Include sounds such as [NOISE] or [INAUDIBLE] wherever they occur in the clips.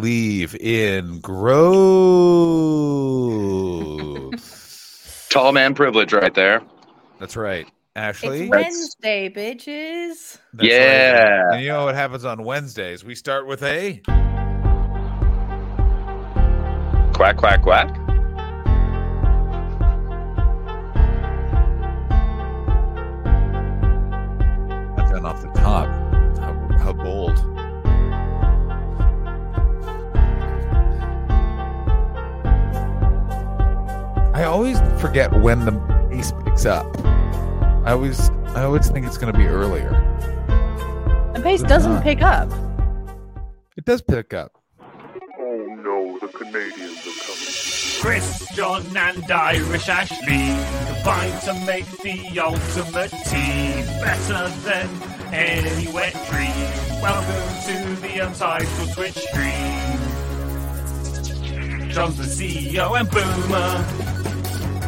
believe in growth. Tall man privilege right there. That's right. Ashley. It's That's- Wednesday, bitches. That's right. Yeah. And you know what happens on Wednesdays? We start with a Quack, quack, quack. I've done off the top. How, how bold. I always forget when the bass picks up. I always I always think it's gonna be earlier. The pace Good doesn't God. pick up. It does pick up. Oh no, the Canadians are coming. Chris, John, and Irish Ashley combine to make the ultimate team better than any wet dream. Welcome to the Untitled Twitch stream. John's the CEO and boomer.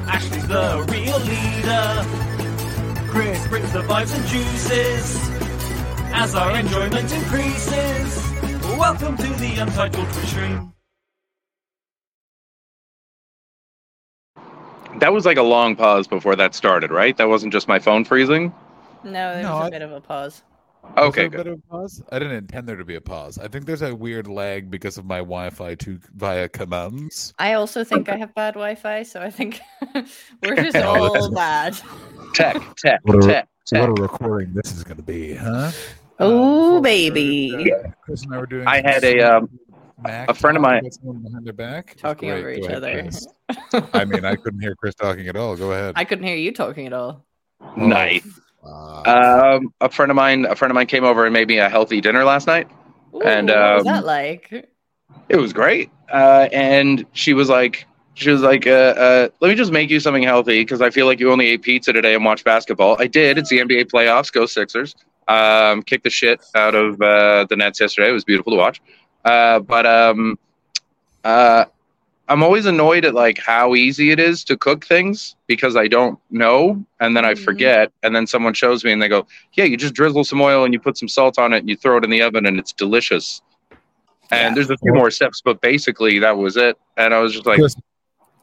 Ashley's the real leader. Chris brings the vibes and juices as our enjoyment increases. Welcome to the Untitled Twitch stream. That was like a long pause before that started, right? That wasn't just my phone freezing. No, there No, was a I- bit of a pause. Was there Okay, a good. bit of a pause? I didn't intend there to be a pause. I think there's a weird lag because of my Wi-Fi to via commands. I also think I have bad Wi Fi, so I think [LAUGHS] [LAUGHS] we're just Oh, that's- all bad. tech, tech, What a- tech, tech. What a recording this is going to be, huh? Oh, Uh, baby. uh, Chris and I were doing. I some had a, sneak um, Mac a friend of talk mine- with someone behind their back It was Talking great. over Go each ahead, other. Chris. [LAUGHS] I mean, I couldn't hear Chris talking at all. Go ahead. I couldn't hear you talking at all. Nice. Uh, Um, a friend of mine, a friend of mine came over and made me a healthy dinner last night. Ooh, And, what was um, that like? It was great. Uh, and she was like, she was like, uh, uh, let me just make you something healthy because I feel like you only ate pizza today and watched basketball. I did. It's the NBA playoffs. Go Sixers. Um, kicked the shit out of uh, the Nets yesterday. It was beautiful to watch. Uh, but um, uh, I'm always annoyed at like how easy it is to cook things because I don't know and then I Mhm. forget and then someone shows me and they go, "Yeah, you just drizzle some oil and you put some salt on it and you throw it in the oven and it's delicious." And there's a few more steps, but basically that was it. And I was just like, Chris,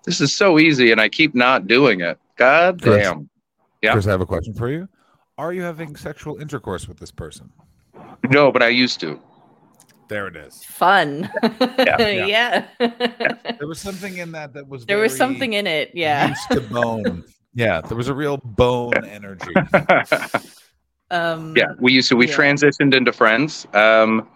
"This is so easy," and I keep not doing it. God Chris. damn! yeah. Chris, I have a question for you. Are you having sexual intercourse with this person? No, but I used to. There it is. Fun. [LAUGHS] Yeah. Yeah. There was something in that that was. [LAUGHS] there was very something in it. Yeah. used to bone. yeah, there was a real bone [LAUGHS] energy. Um, yeah, we used to. We Yeah. transitioned into friends. Um,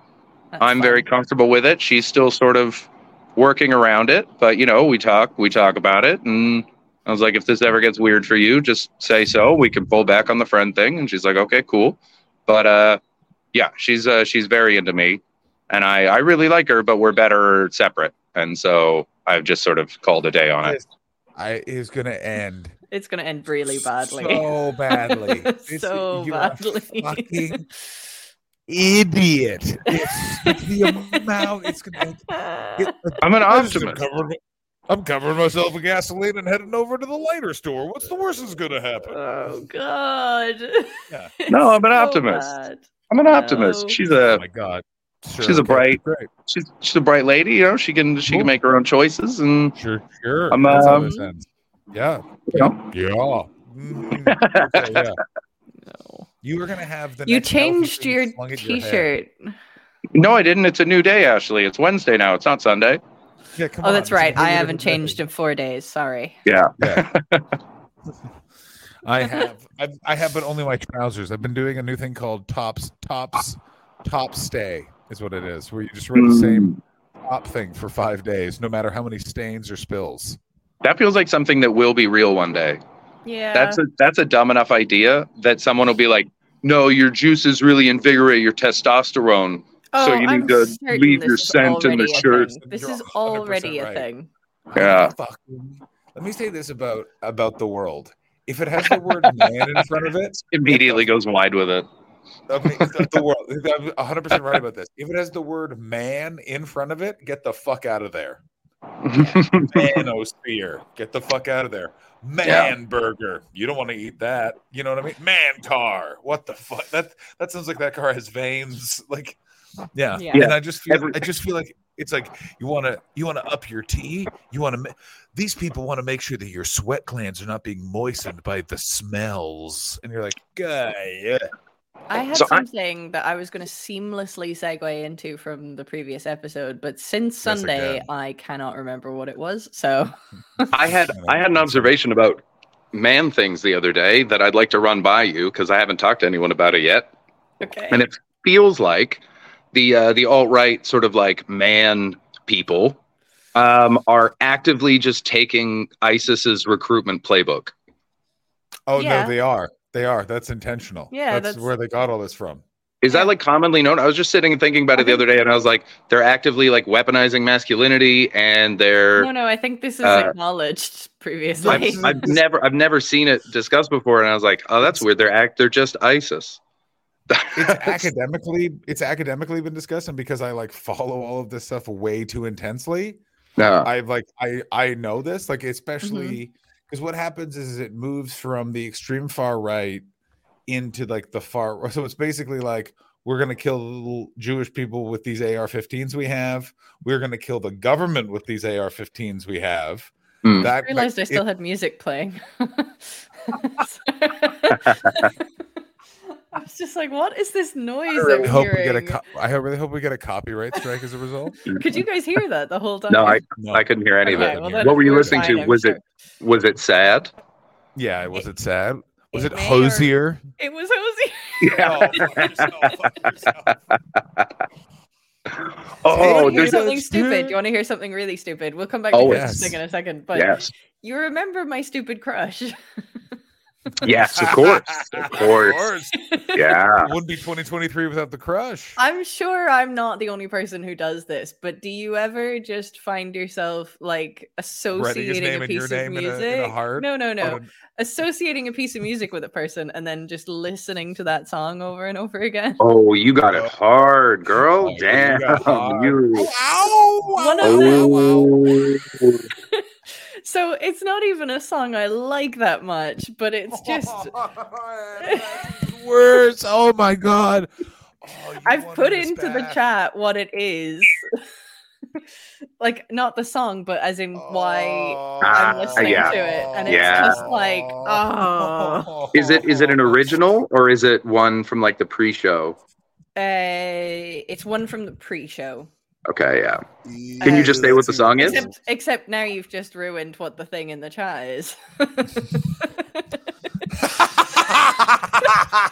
that's I'm very fun. comfortable with it. She's still sort of working around it, but you know, we talk, we talk about it, and I was like, if this ever gets weird for you, just say so. We can pull back on the friend thing, and she's like, okay, cool. But uh, yeah, she's uh, she's very into me, and I I really like her, but we're better separate, and so I've just sort of called a day on it. I is going to end It's going to end really badly. So [LAUGHS] badly. It's- so you are a badly. fucking idiot. It's, it's the amount it's gonna. it- I'm an I'm optimist. covering- I'm covering myself in gasoline and heading over to the lighter store. What's the worst that's gonna Uh, happen? [LAUGHS] Oh God. Yeah. It's No, [LAUGHS] I'm an optimist. bad. I'm an optimist. No. She's Oh a my god. Sure, She's a okay, bright- Great. she's she's a bright lady. You know, she can she Cool. can make her own choices, and Sure, sure. I'm, That's how um, this ends. Yeah. you know, [LAUGHS] Yeah. Mhm. Okay, yeah. No. You were gonna have the You next healthy changed thing your slung at your head. T-shirt. no, I didn't. It's a new day, Ashley. It's Wednesday now. It's not Sunday. Yeah, come oh, on, that's it's a right. I completely haven't different day. changed in four days. Sorry. Yeah. I have. I've, I have, but only my trousers. I've been doing a new thing called tops, tops, top stay is what it is, where you just wear the same Mm. top thing for five days, no matter how many stains or spills. That feels like something that will be real one day. Yeah. That's a that's a dumb enough idea that someone will be like, "No, your juices really invigorate your testosterone." oh, so you need I'm to certain leave this your is scent in the already a shirt. thing. This You're is 100% already a right. thing. Yeah. Fucking- Let me say this about about the world. If it has the word man in front of it, [LAUGHS] Immediately goes wide with it. Okay, the, the world. I'm 100 percent right about this. If it has the word "man" in front of it, get the fuck out of there. Manosphere, get the fuck out of there. Man burger, you don't want to eat that. You know what I mean? Man car, what the fuck? That that sounds like that car has veins. [LAUGHS] Like, yeah. Yeah. And I just feel, Every- I just feel like It's like you want to you want to up your tea. You want to. Ma- These people want to make sure that your sweat glands are not being moistened by the smells. And you're like, God, yeah. I had So I- something that I was going to seamlessly segue into from the previous episode, but since Yes, Sunday, again. I cannot remember what it was. So I had I had an observation about man things the other day that I'd like to run by you because I haven't talked to anyone about it yet, okay, [LAUGHS] and it feels like the uh, the alt right sort of like man people um, are actively just taking ISIS's recruitment playbook. Oh Yeah. no, they are. They are. That's intentional. Yeah, that's, that's- where they got all this from. Is that like commonly known? I was just sitting and thinking about it the other day, and I was like, they're actively like weaponizing masculinity, and they're no, no, I think this is Uh, acknowledged previously. Yes. I've, I've never I've never seen it discussed before, and I was like, oh, that's weird. They're act they're just ISIS. [LAUGHS] [LAUGHS] It's academically it's academically been discussed, and because I like follow all of this stuff way too intensely, no. I've like I I know this like especially Mm-hmm. because what happens is it moves from the extreme far right into like the far [LAUGHS] so it's basically like we're gonna kill little Jewish people with these AR-15s we have. We're gonna kill the government with these AR-15s we have. Hmm. That I realized I it- still had music playing. [LAUGHS] I was just like, "What is this noise?" I I'm really hope we get a hearing?" co- I really hope we get a copyright strike as a result. Could you guys hear that the whole time? [LAUGHS] No, I No. I couldn't hear any Okay, of it. well, What were you listening fine, to? I'm was sure. it was it sad? Yeah, was it sad? Was it it, may or- hosier? It was Hosey. Oh, fuck yourself, fuck yourself. you Oh, want to hear [LAUGHS] there's something It's stupid? true. You want to hear something really stupid? We'll come back to Oh, yes. this in a second. But yes, you remember my stupid crush? [LAUGHS] yes, of course, of course, yeah. It wouldn't be 2023 without the crush. I'm sure I'm not the only person who does this, but do you ever just find yourself like Writing his associating name a and piece your of name in a, music? in a heart. Oh, no, no, no. on Associating a piece of music with a person and then just listening to that song over and [LAUGHS] over again. Oh, you got it hard, Oh, girl. you Damn, [LAUGHS] got hard. you. a- Ow, One of them- Oh, So it's not even a song I like that much, [LAUGHS] but it's just worse. Oh my god. Oh, you I've wanted put this into the back. chat what it [LAUGHS] is. like not the song, but as in why Oh, I'm listening Ah, yeah. to it. And it's Yeah. just like, oh is it is it [LAUGHS] an original or is it one from like the pre-show? uh, eh, it's one from the pre-show. Okay, yeah. Can you just say what the song is? Except, except now you've just ruined what the thing in the chat [LAUGHS] is.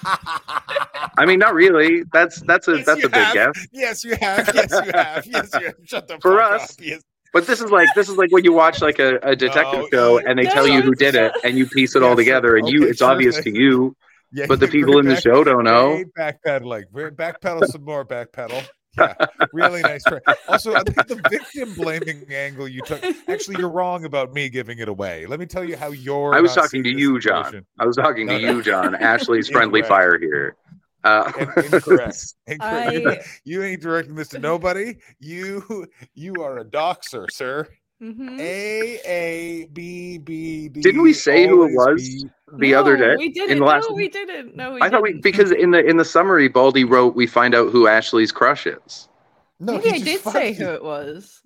I mean, not really. That's that's a Yes, that's you a big have. guess. [LAUGHS] Yes, you have. Yes, you have. Yes, you have. Shut the For fuck us, up. Yes. But this is like this is like when you watch like a, a detective No, show you- and they No, tell you who it's did it not. and you piece it Yeah, all sure. together and you Okay, it's sure, obvious but- to you, Yeah, but the you're people in the back- show don't know. way Backpedaling. We're Backpedal some more. Backpedal. Yeah, really nice. Try. Also, I think the victim blaming angle you took. Actually, you're wrong about me giving it away. Let me tell you how you're. I was not talking to seeing this you, John. situation. I was talking to No, [LAUGHS] you, John. Ashley's Incorrect. friendly fire here. Uh, In- [LAUGHS] incorrect. Incorrect. [LAUGHS] I You ain't directing this to nobody. You you are a doxer, sir. eh, Mhm. A A B B D. Didn't we say who always it was? be- the other No, day, we didn't. in the last- No, we didn't. No, we I thought we didn't. because in the in the summary, Baldy wrote we find out who Ashley's crush is. [LAUGHS] No, maybe he I just did fucked say you. who it was.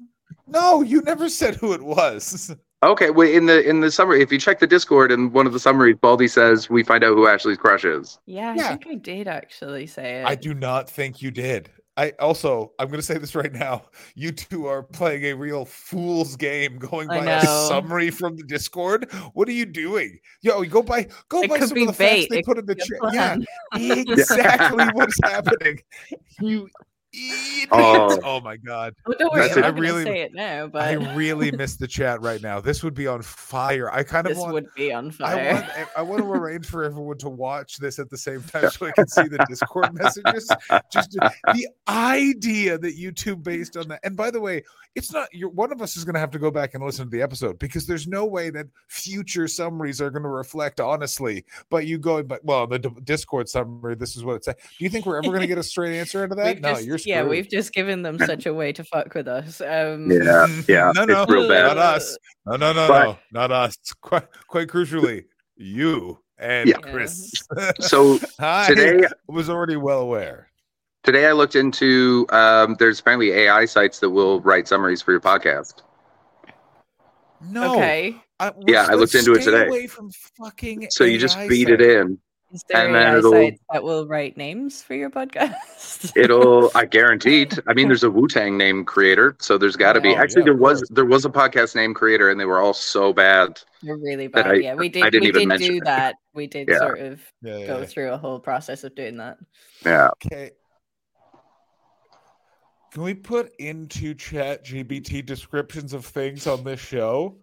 No, you never said who it was. Okay, well, in the in the summary, if you check the Discord in one of the summaries, Baldy says we find out who Ashley's crush is. Yeah, I Yeah. think I did actually say it. I do not think you did. I also, I'm going to say this right now. You two are playing a real fool's game going I by a know. summary from the Discord. What are you doing? Yo, go by, go It by could some be of the bait. facts they It put in the Your chat. Yeah, plan. [LAUGHS] exactly what's happening. You idiot. Oh. Oh, my God. Well, don't worry, That's I'm it. not I gonna really- say it now, but [LAUGHS] I really miss the chat right now. This would be on fire. I kind of this want would be on I fire. want e, I want to arrange for everyone to watch this at the same time so I can see the Discord messages. Just to- the idea that YouTube based on that. And by the way, it's not you're, one of us is going to have to go back and listen to the episode because there's no way that future summaries are going to reflect honestly. But you going, but well, the D- Discord summary. This is what it's. Do you think we're ever going to get a straight answer out of that? [LAUGHS] [LAUGHS] We've no, just- you're yeah, screwed. we've just given [LAUGHS] them such a way to fuck with us. Um, [LAUGHS] Yeah, yeah, No, it's no. real bad. Not us. No, no, no, But- no, not us. [LAUGHS] Quite, quite crucially, you and Yeah. Chris. So [LAUGHS] Hi. today was already well aware. Today I looked into um, there's apparently AI sites that will write summaries for your podcast. No. Okay. I, Yeah, I let's looked into it stay today. Away from fucking So you just AI feed sites. it in. Is there And then AI it'll- sites that will write names for your podcast? [LAUGHS] It'll I guaranteed. I mean, there's a Wu Tang name creator, so there's got to be. Oh, Actually, yeah, there of was course. there was a podcast name creator, and they were all so bad. They're really that bad. I- yeah, we did. didn't We even did mention do it. that. We did Yeah. sort of Yeah, yeah, go yeah. through a whole process of doing that. Yeah. Okay. Can we put into Chat GBT descriptions of things on this show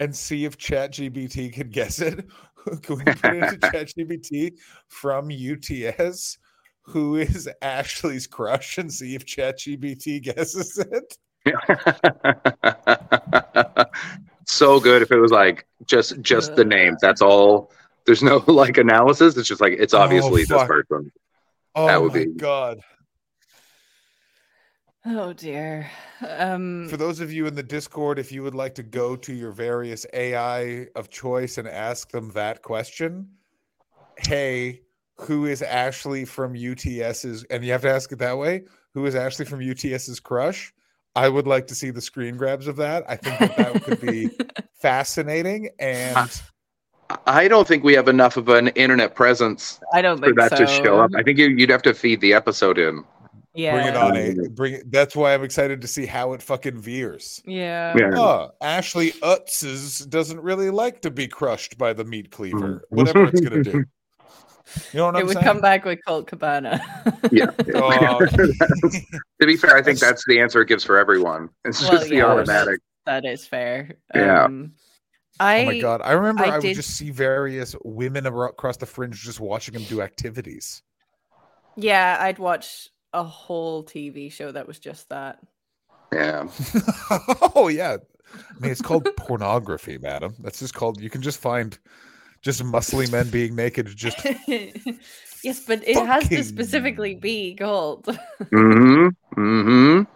and see if Chat GBT can guess it? [LAUGHS] Can we put into [LAUGHS] Chat GBT from UTS who is Ashley's crush and see if Chat GBT guesses it? [LAUGHS] so good if it was like just just the name. That's all. There's no [LAUGHS] like analysis. It's just like it's Oh, obviously this fuck. person. Oh That would my be- god. Oh dear. Um, For those of you in the Discord, if you would like to go to your various AI of choice and ask them that question, hey, who is Ashley from UTS's? And you have to ask it that way. Who is Ashley from UTS's crush? I would like to see the screen grabs of that. I think that, that could be fascinating. And I don't think we have enough of an internet presence I don't for think that so. to show up. I think you, you'd have to feed the episode in. Yeah. bring it on, a bring. It, that's why I'm excited to see how it fucking veers. Yeah. Oh, Ashley Utzes doesn't really like to be crushed by the meat cleaver, whatever it's going to do. You know what It I'm would saying? come back with Colt Cabana. [LAUGHS] [LAUGHS] Yeah. Oh, to be fair, I think that's the answer it gives for everyone. It's Well, just the yeah, automatic. that is fair. Yeah. Um, I oh my god! I remember I, I would did- just see various women abro- across the fringe just watching them do activities. [LAUGHS] yeah, I'd watch a whole TV show that was just that. [LAUGHS] Yeah. oh yeah, I mean it's called [LAUGHS] pornography, madam. That's just called. You can just find just muscly men being naked. Just yes, but it has to Fucking- specifically be Colt. [LAUGHS] Mm hmm. Mm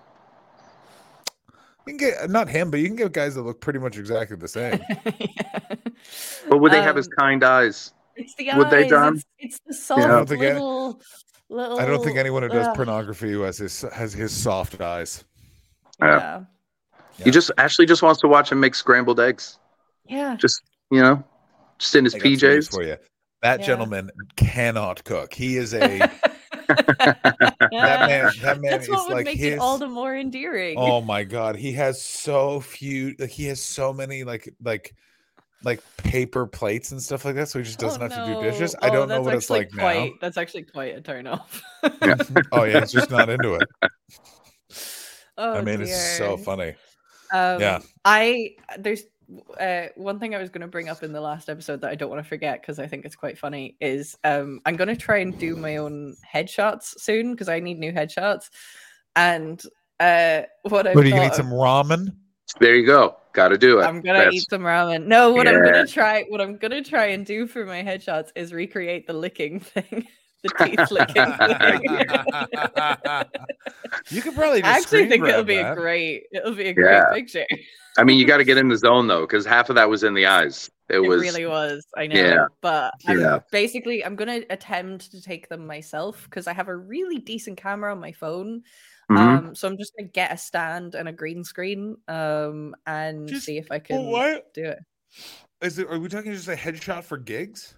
you can get not him, but you can get guys that look pretty much exactly the same. Yeah. hmm. But would they have Um, his kind eyes? It's the Would they, eyes. Don? It's, it's the soft Yeah. I don't think any- little, little. I don't think anyone who does Ugh. pornography who has his has his soft eyes. Yeah. Yeah. He just actually just wants to watch him make scrambled eggs, Yeah. you know, just in his I got some news PJs. for you. That Yeah. gentleman cannot cook. He [LAUGHS] is a that man. That man That's is what would like make his. it all the more endearing. oh my god, he has so few. Like he has so many like like like paper plates and stuff like that. So he just Oh, doesn't have to do no. dishes. I don't Oh, know that's what it's actually like quite, That's actually quite a turn off. [LAUGHS] now. [LAUGHS] oh yeah, he's just not into it. oh, I mean, it's so dear. [LAUGHS] funny. Um, Yeah. I there's uh, one thing I was going to bring up in the last episode that I don't want to forget because I think it's quite funny is um, I'm going to try and do my own headshots soon because I need new headshots. And uh, what I What are you gonna eat some ramen? [LAUGHS] There you go. Got to do it. I'm gonna That's- eat some ramen. No, what I'm Yeah. gonna try, what I'm gonna try and do for my headshots is recreate the licking [LAUGHS] thing, the teeth licking. thing. [LAUGHS] you could probably. Just I screen actually think it'll grab be a that. great, it'll be a Yeah. great picture. I mean, you got to get in the zone though, because half of that was in the eyes. [LAUGHS] It, It, was. really was. I know. Yeah. But I'm- Yeah. basically, I'm going to attempt to take them myself because I have a really decent camera on my phone. Mhm. Um, so I'm just going to get a stand and a green screen um, and Just- see if I But can what do it. is it? Are we talking just a headshot for gigs?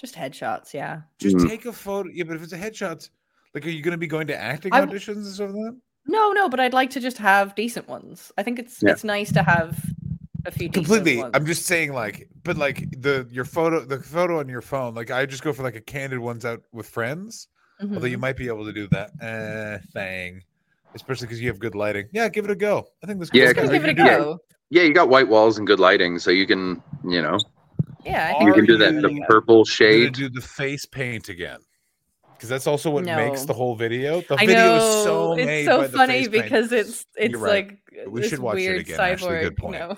Just headshots. Yeah. Just Mm. take a photo. Yeah, but if it's a headshot, like, are you going to be going to acting I w- auditions and stuff like that? No, no, but I'd like to just have decent ones. I think it's Yeah. it's nice to have a few decent Completely. ones. I'm just saying, like, but like the your photo, the photo on your phone. Like, I just go for like a candid ones out with friends. Although you Mhm. might be able to do that uh, thing, especially because you have good lighting. Yeah, give it a go. I think this. this Yeah, Let's guy's go give it a gonna do go. Yeah, you got white walls and good lighting, so you can, you know, Yeah, I Are you think can do we're that. gonna The go. purple You're gonna shade. do the face paint again. Because that's also what makes No. the whole video. The I video know is so it's made so by the funny face paint. because it's You're it's right. like We this should watch it weird again, cyborg. Ashley, good point. No.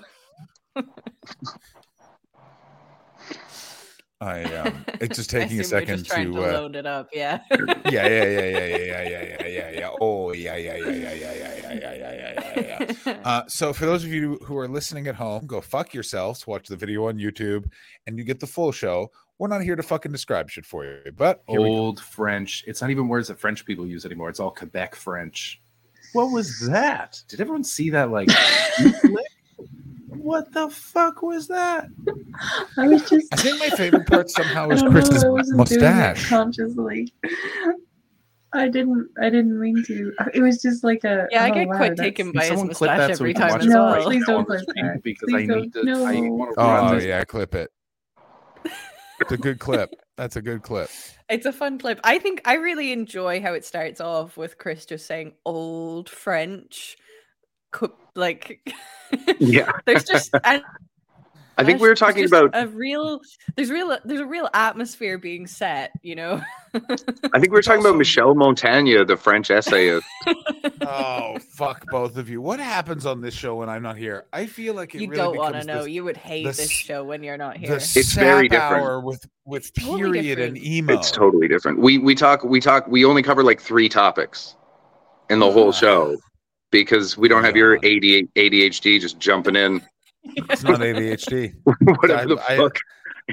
I um, it's just [LAUGHS] I taking a assume we're second just trying to, to uh, load it up. Yeah, yeah, yeah, yeah, yeah, yeah, yeah, yeah, yeah, yeah, yeah. Oh, yeah, yeah, yeah, yeah, yeah, yeah, yeah, yeah, yeah, yeah, yeah, yeah. [LAUGHS] Uh, so, for those of you who are listening at home, go fuck yourselves. Watch the video on YouTube, and you get the full show. We're not here to fucking describe shit for you, but here we go. Old French. It's not even words that French people use anymore. It's all Quebec French. What was that? Did everyone see [LAUGHS] that? Like, flick? what the fuck was that? I was just. I think my favorite part somehow [LAUGHS] I is don't Chris's know, I wasn't doing it mustache. consciously. I didn't. I didn't mean to. It was just like a. Yeah, I oh, get wow, quite that's- taken Can by his someone clip mustache that so we every can time watch as it No, live well. please don't on clip stream that. Because Please I need to. don't- I no. want to run Oh this. yeah, clip it. It's a good clip. That's a good clip. [LAUGHS] It's a fun clip. I think I really enjoy how it starts off with Chris just saying old French. co- Like, [LAUGHS] Yeah. [LAUGHS] there's just and I think there's- we were there's talking just about a real. There's real. There's a real atmosphere being set. You know. I think we were talking also- about Michelle Montaigne, the [LAUGHS] French essayist. Oh fuck both of you. What happens on this show when I'm not here? I feel like it you really don't want to becomes know. this- you would hate the this s- show when you're not the here. it's very very different. hour with with Totally period and different. emo. It's totally different. We we talk we talk we only cover like three topics in the Ah. whole show because we don't have your ADHD ADHD just jumping in [LAUGHS] It's not ADHD. whatever the I- I- fuck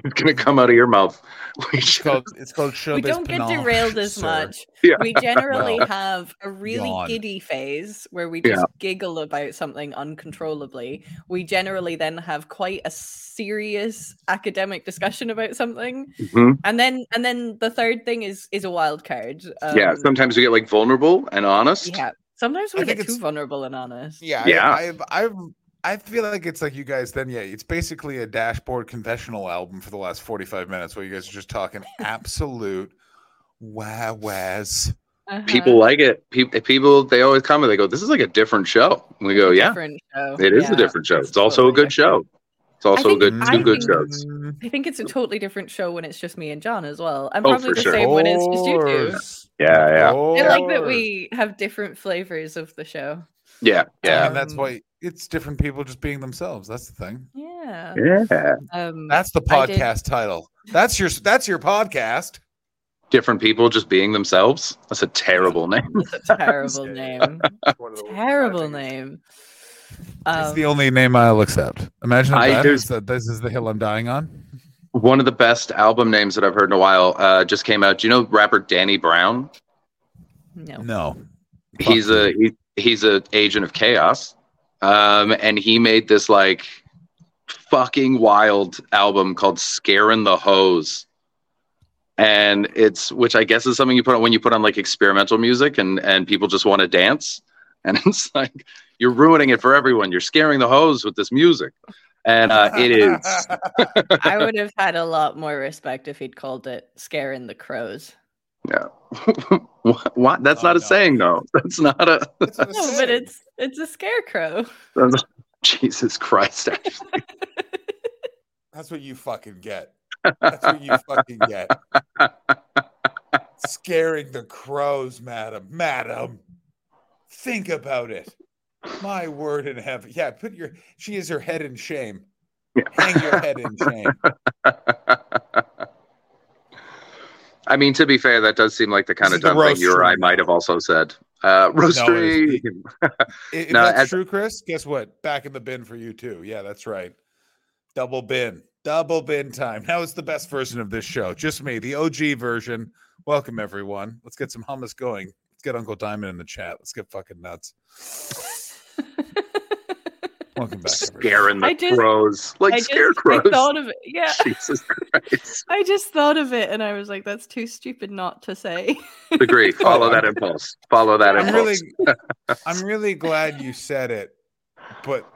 is gonna come out of your mouth. [LAUGHS] We It's should- called it's called showbiz. we don't get panache, derailed as sir. much. [LAUGHS] Yeah. We generally Well, have a really yawn. giddy phase where we Yeah. just giggle about something uncontrollably. We generally then have quite a serious academic discussion about something, Mhm. and then and then the third thing is is a wild card. yeah, Um, sometimes we get like vulnerable and honest. yeah. Sometimes I we think get too it's- vulnerable and honest. Yeah, Yeah. I, I've, I've, I feel like it's like you guys. Then yeah, it's basically a dashboard confessional album for the last forty-five minutes, where you guys are just talking [LAUGHS] absolute wah wahs. Uh-huh. People like it. People, people, they always come and they go, "This is like a different show." And we go, "Yeah, Different show. it is Yeah. a different show. it's It's also a totally good show. It's also a think- good I two good think- shows." I think it's a totally different show when it's just me and John as well. And Oh, probably for the sure. same when it's just you two. Yeah, yeah, I like that we have different flavors of the show. yeah, yeah, and that's Um, why it's different people just being themselves. That's the thing. Yeah. yeah. Um, That's the I did- podcast title. That's your that's your podcast. Different people just being themselves. That's a terrible name. [LAUGHS] that's a terrible name. One of the worst terrible podcasts. name. It's Um, the only name I'll accept. Imagine if I- that there's- is that this is the hill I'm dying on. One of the best album names that I've heard in a while uh, just came out. Do you know rapper Danny Brown? [LAUGHS] no. No, He's a he, he's a agent of chaos, um, and he made this like fucking wild album called "Scaring the Hose," and it's which I guess is something you put on when you put on like experimental music and and people just want to dance, and [LAUGHS] it's like you're ruining it for everyone. You're scaring the hose with this music, and uh, [LAUGHS] it is. [LAUGHS] I would have had a lot more respect if he'd called it "Scaring the Crows." what, what? That's Oh, not a no. saying, though. That's not a. [LAUGHS] That's what I [LAUGHS] No, said. but it's it's a scarecrow. [LAUGHS] That's a- Jesus Christ! Ashley. That's what you fucking get. That's what you fucking [LAUGHS] get. Scaring the crows, madam. Madam, think about it. My word in heaven. Yeah, put your. She is her head in shame. Yeah. Hang your head in shame. I mean, to be fair, that does seem like the kind This of is the dumb thing roast you or I stream. might have also said. Uh, roast No, it's- stream. I- If No, that's as- true, Chris, guess what? Back in the bin for you too. Yeah, that's right. Double bin. Double bin time. Now it's the best version of this show. Just me, the OG version. Welcome everyone. Let's get some hummus going. Let's get Uncle Diamond in the chat. Let's get fucking nuts. Welcome back. everyone. Scaring the I just- crows. Like I just I scarecrows. thought of it. Yeah, [LAUGHS] [LAUGHS] Jesus Christ. I just thought of it, and I was like, "That's too stupid not [LAUGHS] to say." Agree. Follow that impulse. Follow that Oh, I'm impulse. [LAUGHS] really I'm really glad you said it, but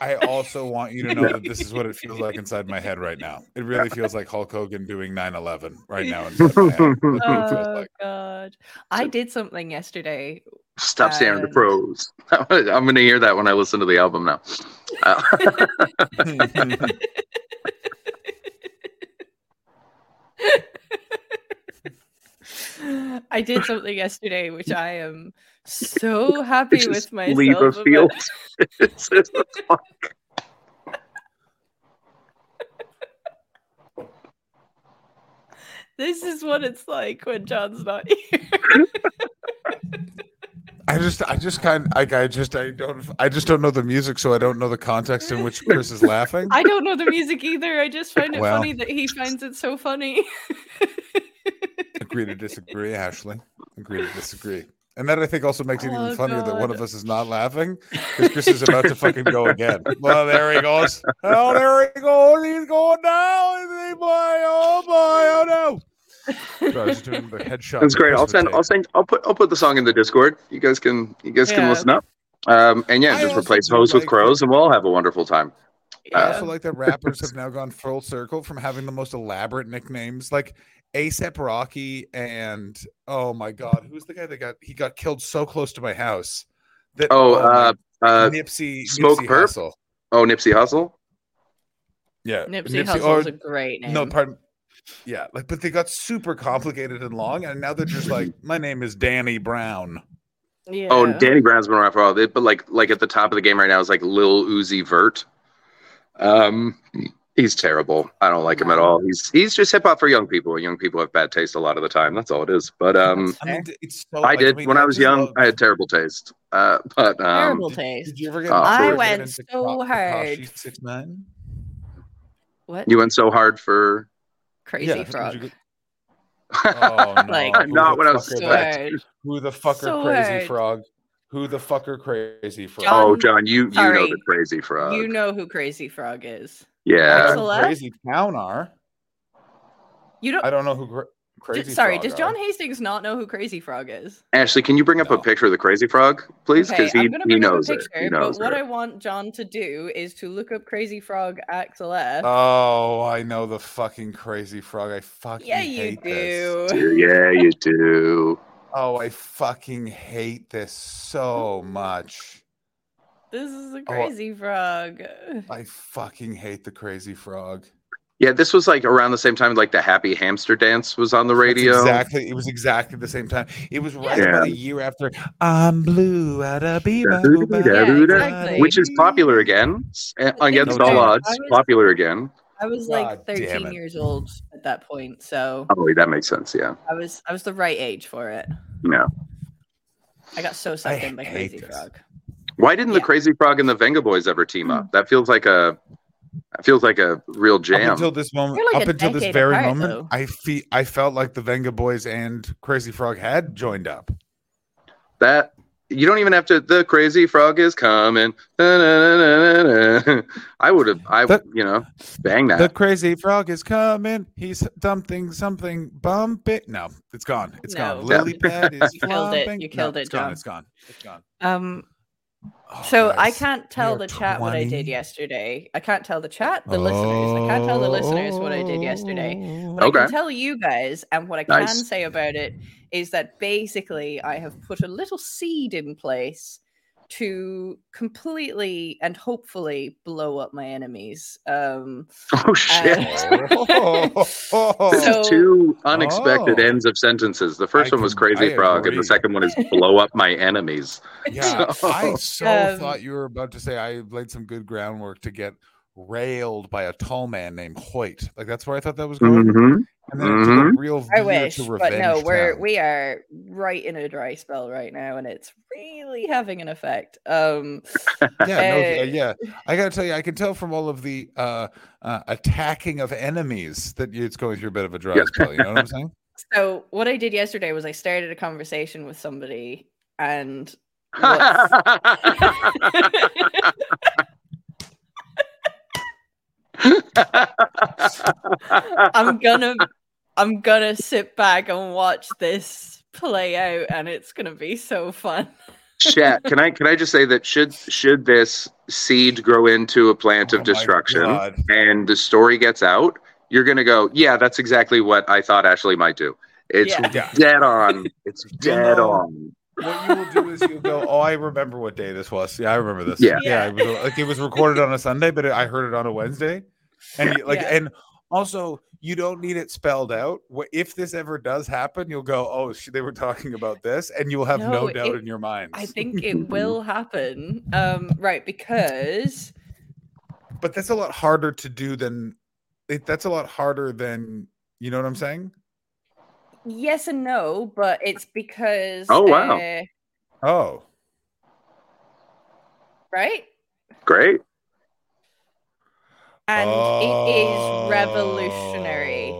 I also want you to know that this is what it feels like inside my head right now. It really feels like Hulk Hogan doing 9/11 right now. Inside my head. That's what it feels oh like. God! I did something yesterday Stop staring at the Um, crows. [LAUGHS] I'm going to hear that when I listen to the [LAUGHS] album now. Uh, [LAUGHS] [LAUGHS] I [LAUGHS] did something yesterday, which I am so happy just with myself. leave a about. [LAUGHS] field. [LAUGHS] It's just- [LAUGHS] This is what it's like when John's not here. I just, I just kind, like, I just, I don't, I just don't know the music, so I don't know the context in which Chris is laughing. [LAUGHS] [LAUGHS] I don't know the music either. I just find it Well. funny that he finds it so funny. [LAUGHS] Agree to disagree, Ashley. Agree to disagree. And that I think also makes it even Oh, funnier that one God. of us is not laughing because Chris is about to fucking go [LAUGHS] again. Well, there he goes. Oh, there he goes. He's going down. Is he- boy? Oh boy! Oh [LAUGHS] no! So I was just doing the headshot. That's great. Chris I'll would send. take. I'll send. I'll put. I'll put the song in the Discord. You guys can. You guys can Yeah. listen up. Um, and yeah, I just also replace do hoes with like- crows, and we'll all have a wonderful time. I Uh, also like that rappers have now gone full circle from having the most elaborate nicknames like ASAP Rocky and oh my god, who's the guy that got he got killed so close to my house that Oh, my- uh, uh, Nipsey Smoke Nipsey Perp? Hussle. oh, Nipsey Hussle. Yeah. Nipsey, Hussle. Hussle's a great name. no, pardon. Yeah, like but they got super complicated and long and now they're just like my name is Danny Brown. yeah. Oh, and Danny Brown's been around for a while. They- But like, like at the top of the game right now is like Lil Uzi Vert. Um, he's terrible. I don't like him at all. He's he's just hip hop for young people. Young people have bad taste a lot of the time. That's all it is. But um, I mean it's so I like, did mean, when I was just young. love- I had terrible taste. Uh, but um, Terrible did- taste. Did you ever get Oh. I ever get went into so Taka- hard. Takashi 6ix9ine? what? you went so hard for Crazy Yeah, that's what frog. you get- Oh, no. [LAUGHS] Like- Who [LAUGHS] Not the when I fucker was get So that- back. hard. Who the fucker So crazy hard. frog? Who the fucker crazy frog? John- oh John, you you know Um, sorry. the crazy frog. You know who Crazy Frog is. Oh, yeah. Axel- John crazy town are. You don't. I don't know who cra- d- crazy. sorry, frog does are. John Hastings not know who Crazy Frog is? Ashley, can you bring up a No. picture of the crazy frog, please? Because I'm he, gonna he bring up a knows it. picture, He knows but what I it. want John to do is to look up Crazy Frog Axel F. Oh, I know the fucking crazy frog. I fucking yeah, you hate this. do. [LAUGHS] Dude, yeah, you do. Oh, I fucking hate this so much. This is a [LAUGHS] Crazy Frog. I fucking hate the crazy frog. Yeah, this was like around the same time like the Happy Hamster Dance was on the That's radio. Exactly. It was exactly the same time. It was right Yeah. about a year after I'm blue at a beaver. Yeah, exactly. Which is popular again, s- against all I odds. was- Popular again. I was God like damn 13 it. years old at that point, so Oh, wait, that makes sense. Yeah, I was I was the right age for it. yeah. I got so sucked I in by hate Crazy this. Frog. Why didn't the Yeah. Mm. Crazy Frog and the Venga Boys ever team up? That feels like a, that feels like a real Up jam. until this moment, They're like up a until this decade very apart, moment, though. I fe- I felt like the Venga Boys and Crazy Frog had joined up. that you don't even have to. The Crazy Frog is coming. [LAUGHS] Da-na-na-na-na-na. I would have. I The- you know bang that. The Crazy Frog is coming. He's dumping something, bump it. No, it's gone. It's No. gone. Lily pad is [LAUGHS] You killed it. flopping. You No, killed it, it's gone. John. It's gone. It's gone. Um, Oh, so I guys. can't tell are the chat what I 20. did yesterday. I can't tell the chat, the listeners. I can't tell the listeners what I did yesterday. What I Okay. can tell you guys and what I can Nice. say about it is that basically I have put a little seed in place to completely and hopefully blow up my enemies. Um, [LAUGHS] Oh shit. [LAUGHS] [LAUGHS] Oh. [LAUGHS] This Uh, So- is two unexpected Oh. ends of sentences. The first I one was can- Crazy I Frog, and agree. the second one is Blow Up My Enemies. [LAUGHS] Yeah, [LAUGHS] I so Um, thought you were about to say I laid some good groundwork to get railed by a tall man named Hoyt. Like that's where I thought that was going. [LAUGHS] Mhm. And then it took a Mhm. real I veer wish, to but no, Revenge we're Town. we are right in a dry spell right now, and it's really having an effect. Um, yeah, no, uh, th- yeah. [LAUGHS] I gotta tell you, I can tell from all of the uh, uh, attacking of enemies that it's going through a bit of a dry Yeah. spell. You know what I'm [LAUGHS] saying? so what I did yesterday was I started a conversation with somebody, [LAUGHS] and What's- [LAUGHS] I'm gonna I'm gonna sit back and watch this play out, and it's gonna be so fun. Chat, can I can I just say that should should this seed grow into a plant Oh of my destruction God. and the story gets out, you're gonna go, yeah, that's exactly what I thought Ashley might do. It's Yeah. Yeah. [LAUGHS] dead on. It's dead know, on. What you will do is you go, oh, I remember what day this was. Yeah, I remember this. Yeah. yeah. Yeah. It was, like it was recorded on a Sunday, but I heard it on a Wednesday, and you, like, Yeah. and also you don't need it spelled out. Wh- If this ever does happen, you'll go, oh, sh- they were talking about this, and you'll have no, No, doubt it- in your mind. I think it [LAUGHS] will happen. Um, right, because But that's a lot harder to do than it, that's a lot harder than you know what I'm saying. yes and no, but it's because Oh, wow. uh, Oh, right? Great. And it Oh. is Oh. revolutionary.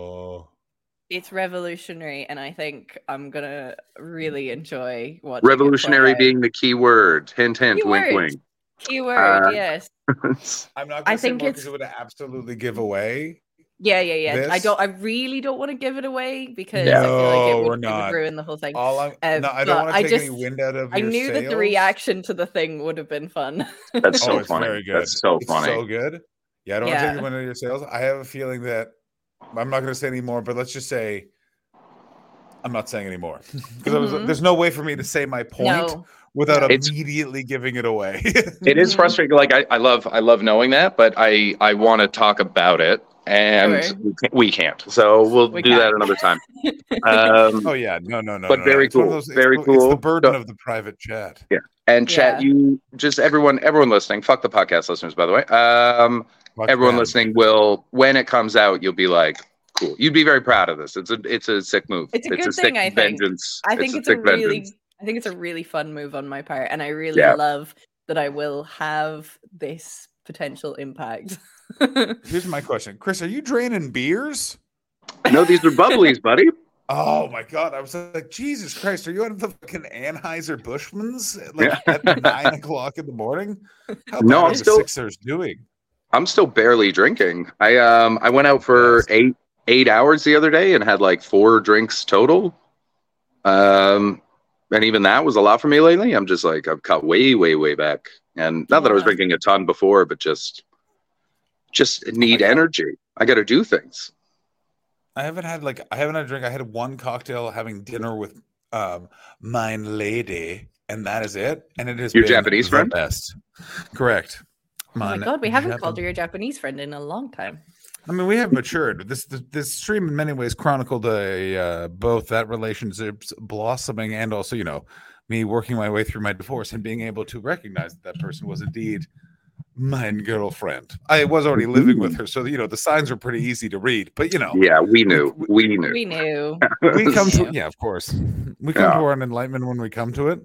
It's revolutionary, and I think I'm gonna really enjoy watching. it Revolutionary play out. being the key word. Hint, hint, wink, Keyword. keyword, uh, yes, [LAUGHS] wink. I'm not. Gonna I I think think it's- it's would absolutely give away. yeah, yeah, yeah. I this- don't. I really don't want to give it away because I feel like No, it would, we're it would not. ruin the whole thing. All I'm, Uh, no, I but don't want I to take any just- wind out of. I your knew that the sails. [LAUGHS] reaction to the thing would have been fun. [LAUGHS] That's Oh, so it's funny. very good. That's so It's funny. so good. Yeah, I don't want to Yeah. take the wind out of your sails. I have a feeling that I'm not going to say anymore, but let's just say I'm not saying anymore [LAUGHS] because Mhm. there's no way for me to say my point no, without It's- immediately giving it away. [LAUGHS] It is Mhm. frustrating. Like I, I love I love knowing that, but I I want to talk about it, and Okay. we can't- we can't. So we'll We do that can't. [LAUGHS] another time. Um, oh yeah, no, no, no. But no, no. very It's one of cool, it's very the- It's cool. the burden No. of the private chat. and chat, Yeah. you just everyone everyone listening. Fuck the podcast listeners, by the way. Um, Fuck everyone them. listening will when it comes out, you'll be like, cool. You'd be very proud of this. It's a it's a sick move. It's a good sick thing, I think. vengeance. I think it's, a, sick really, vengeance. I think it's a really fun move on my part, and I really Yeah. love that I will have this potential impact. [LAUGHS] Oh Here's my question, Chris: Are you draining beers? No, these are bubblies, buddy. Oh my god! I was like, Jesus Christ, are you out of the fucking Anheuser Buschmans like at nine o'clock in the morning? How No, bad I'm are the still- Sixers doing? I'm still barely drinking. I um I went out for Yes. eight eight hours the other day and had like four drinks total. Um, and even that was a lot for me lately. I'm just like I've cut way way way back, and not that I was Yeah. drinking a ton before, but just just need I got- energy. I got to do things. I haven't had like I haven't had a drink. I had one cocktail having dinner with um mine lady, and that is it. And it is Your Japanese friend? best. Correct. oh my Mine god, we haven't called Japan- your Japanese friend in a long time. I mean, we have matured. This this- this stream in many ways chronicled a uh, both that relationship's blossoming and also, you know, me working my way through my divorce and being able to recognize that that person was indeed my girlfriend. I was already living with Mm-hmm. her, so you know the signs were pretty easy to read. But you know, Yeah, we knew. We knew. We [LAUGHS] knew. we come to Yeah. yeah, of course, we come Yeah. to our own enlightenment when we come to it.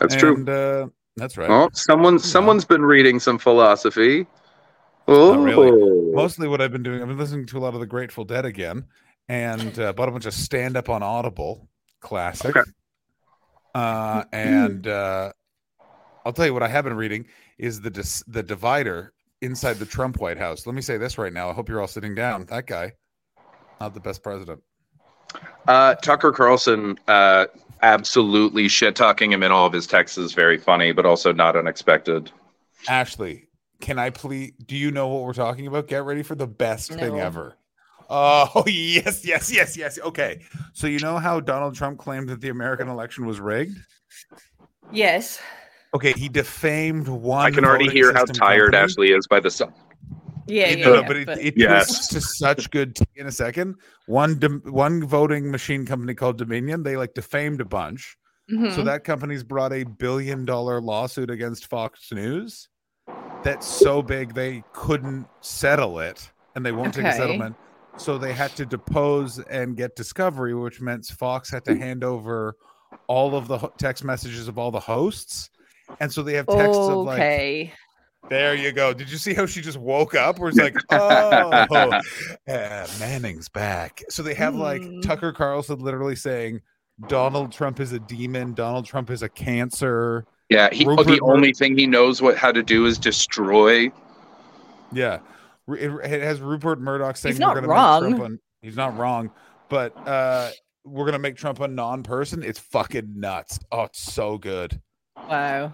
That's true. And, uh, that's right. Oh, someone someone's been reading some philosophy. Oh, really. mostly what I've been doing, I've been listening to a lot of the Grateful Dead again, and uh, bought a bunch of stand up on Audible, classic. Okay. Uh, and uh, I'll tell you what I have been reading is the dis- the divider inside the Trump White House. Let me say this right now. I hope you're all sitting down. That guy, not the best president. Uh, Tucker Carlson uh, absolutely shit talking him in all of his texts is very funny, but also not unexpected. Ashley, can I please? Do you know what we're talking about? Get ready for the best thing No. ever. Oh [LAUGHS] yes, yes, yes, yes. Okay, so you know how Donald Trump claimed that the American election was rigged? Yes. Okay, he defamed one. I can already voting hear how system tired company. Ashley is by the sun. Yeah, He- yeah, no, yeah, but it, but- it Yes. twists to such good tea in a second. One dem- one voting machine company called Dominion, they like defamed a bunch. So Mhm. that company's brought a billion dollar lawsuit against Fox News. That's so big they couldn't settle it, and they won't take a Okay. settlement. So they had to depose and get discovery, which meant Fox had to Mm. hand over all of the ho- text messages of all the hosts. And so they have texts of like okay. There you go. Did you see how she just woke up? Where it's like, [LAUGHS] [LAUGHS] oh, uh, Manning's back. So they have like Mm. Tucker Carlson literally saying, Donald Trump is a demon. Donald Trump is a cancer. Yeah, he, oh, Rupert the Murdoch- only thing he knows what how to do is destroy. Yeah. Ru- It, it has Rupert Murdoch saying, not we're gonna wrong. Make Trump un- he's not wrong, but uh, we're going to make Trump a non person. It's fucking nuts. Oh, it's so good. Wow.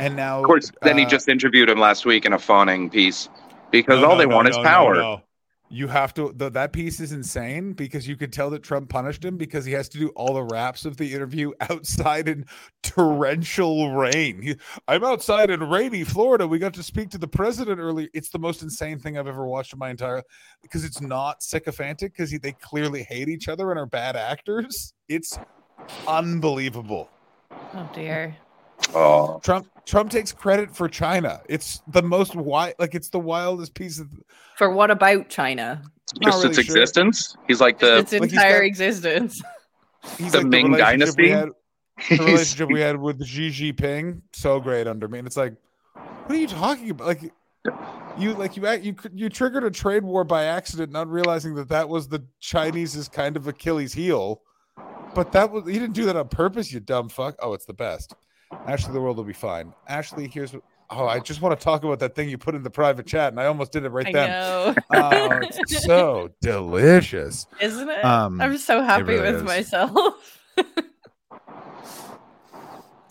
And now, Of course, then he uh, just interviewed him last week in a fawning piece because No, all no, they no, want is no, no, power. no. You have to. Th- that piece is insane because you could tell that Trump punished him because he has to do all the wraps of the interview [LAUGHS] outside in torrential rain. He- I'm outside in rainy Florida. We got to speak to the president earlier. It's the most insane thing I've ever watched in my entire. Because it's not sycophantic. Because they clearly hate each other and are bad actors. It's unbelievable. Oh dear. Oh, Trump Trump takes credit for China. It's the most wild. Like it's the wildest piece of For what about China? Not just its really sure. existence. He's like the its Like, he's entire got- existence. he's The Ming relationship we Dynasty? had- [LAUGHS] the relationship we had with Xi Jinping so great under me, and it's like, what are you talking about? Like, you like you act- you cr- you triggered a trade war by accident, not realizing that that was the Chinese's kind of Achilles heel. But that was you didn't do that on purpose, you dumb fuck. Oh, it's the best. Ashley, the world will be fine. Ashley, here's what. Oh, I just want to talk about that thing you put in the private chat, and I almost did it right I then. know, Oh, it's [LAUGHS] so delicious. isn't it? Um, I'm so happy really with is. myself. [LAUGHS]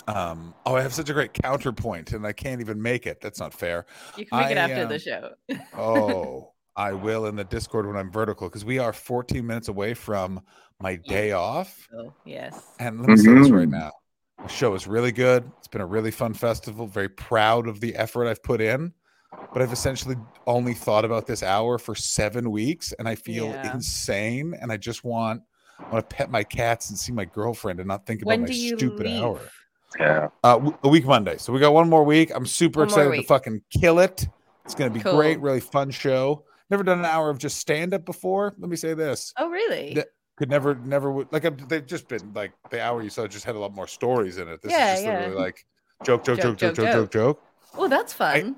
Um, oh, I have such a great counterpoint, and I can't even make it. That's not fair. You can make it I, after um, the show. Oh, I will in the Discord when I'm vertical because we are 14 minutes away from my day off. So, Oh, yes. And let me say this right Mhm. now: the show is really good. It's been a really fun festival. Very proud of the effort I've put in. But I've essentially only thought about this hour for seven weeks, and I feel Yeah. insane. And I just want I want to pet my cats and see my girlfriend and not think about When my do you stupid leave? hour. Yeah. Uh, w- a week Monday. So we got one more week. I'm super One more excited to week. fucking kill it. It's going to be Cool. great. Really fun show. Never done an hour of just stand up before. Let me say this. Oh, really? Th- Could never, never would like. I'm, they've just been like the hour you saw just had a lot more stories in it. This is Yeah, just yeah. literally like joke, joke, joke, Joke, joke, joke, joke, joke, joke, Well, Oh, that's I- [LAUGHS] fun.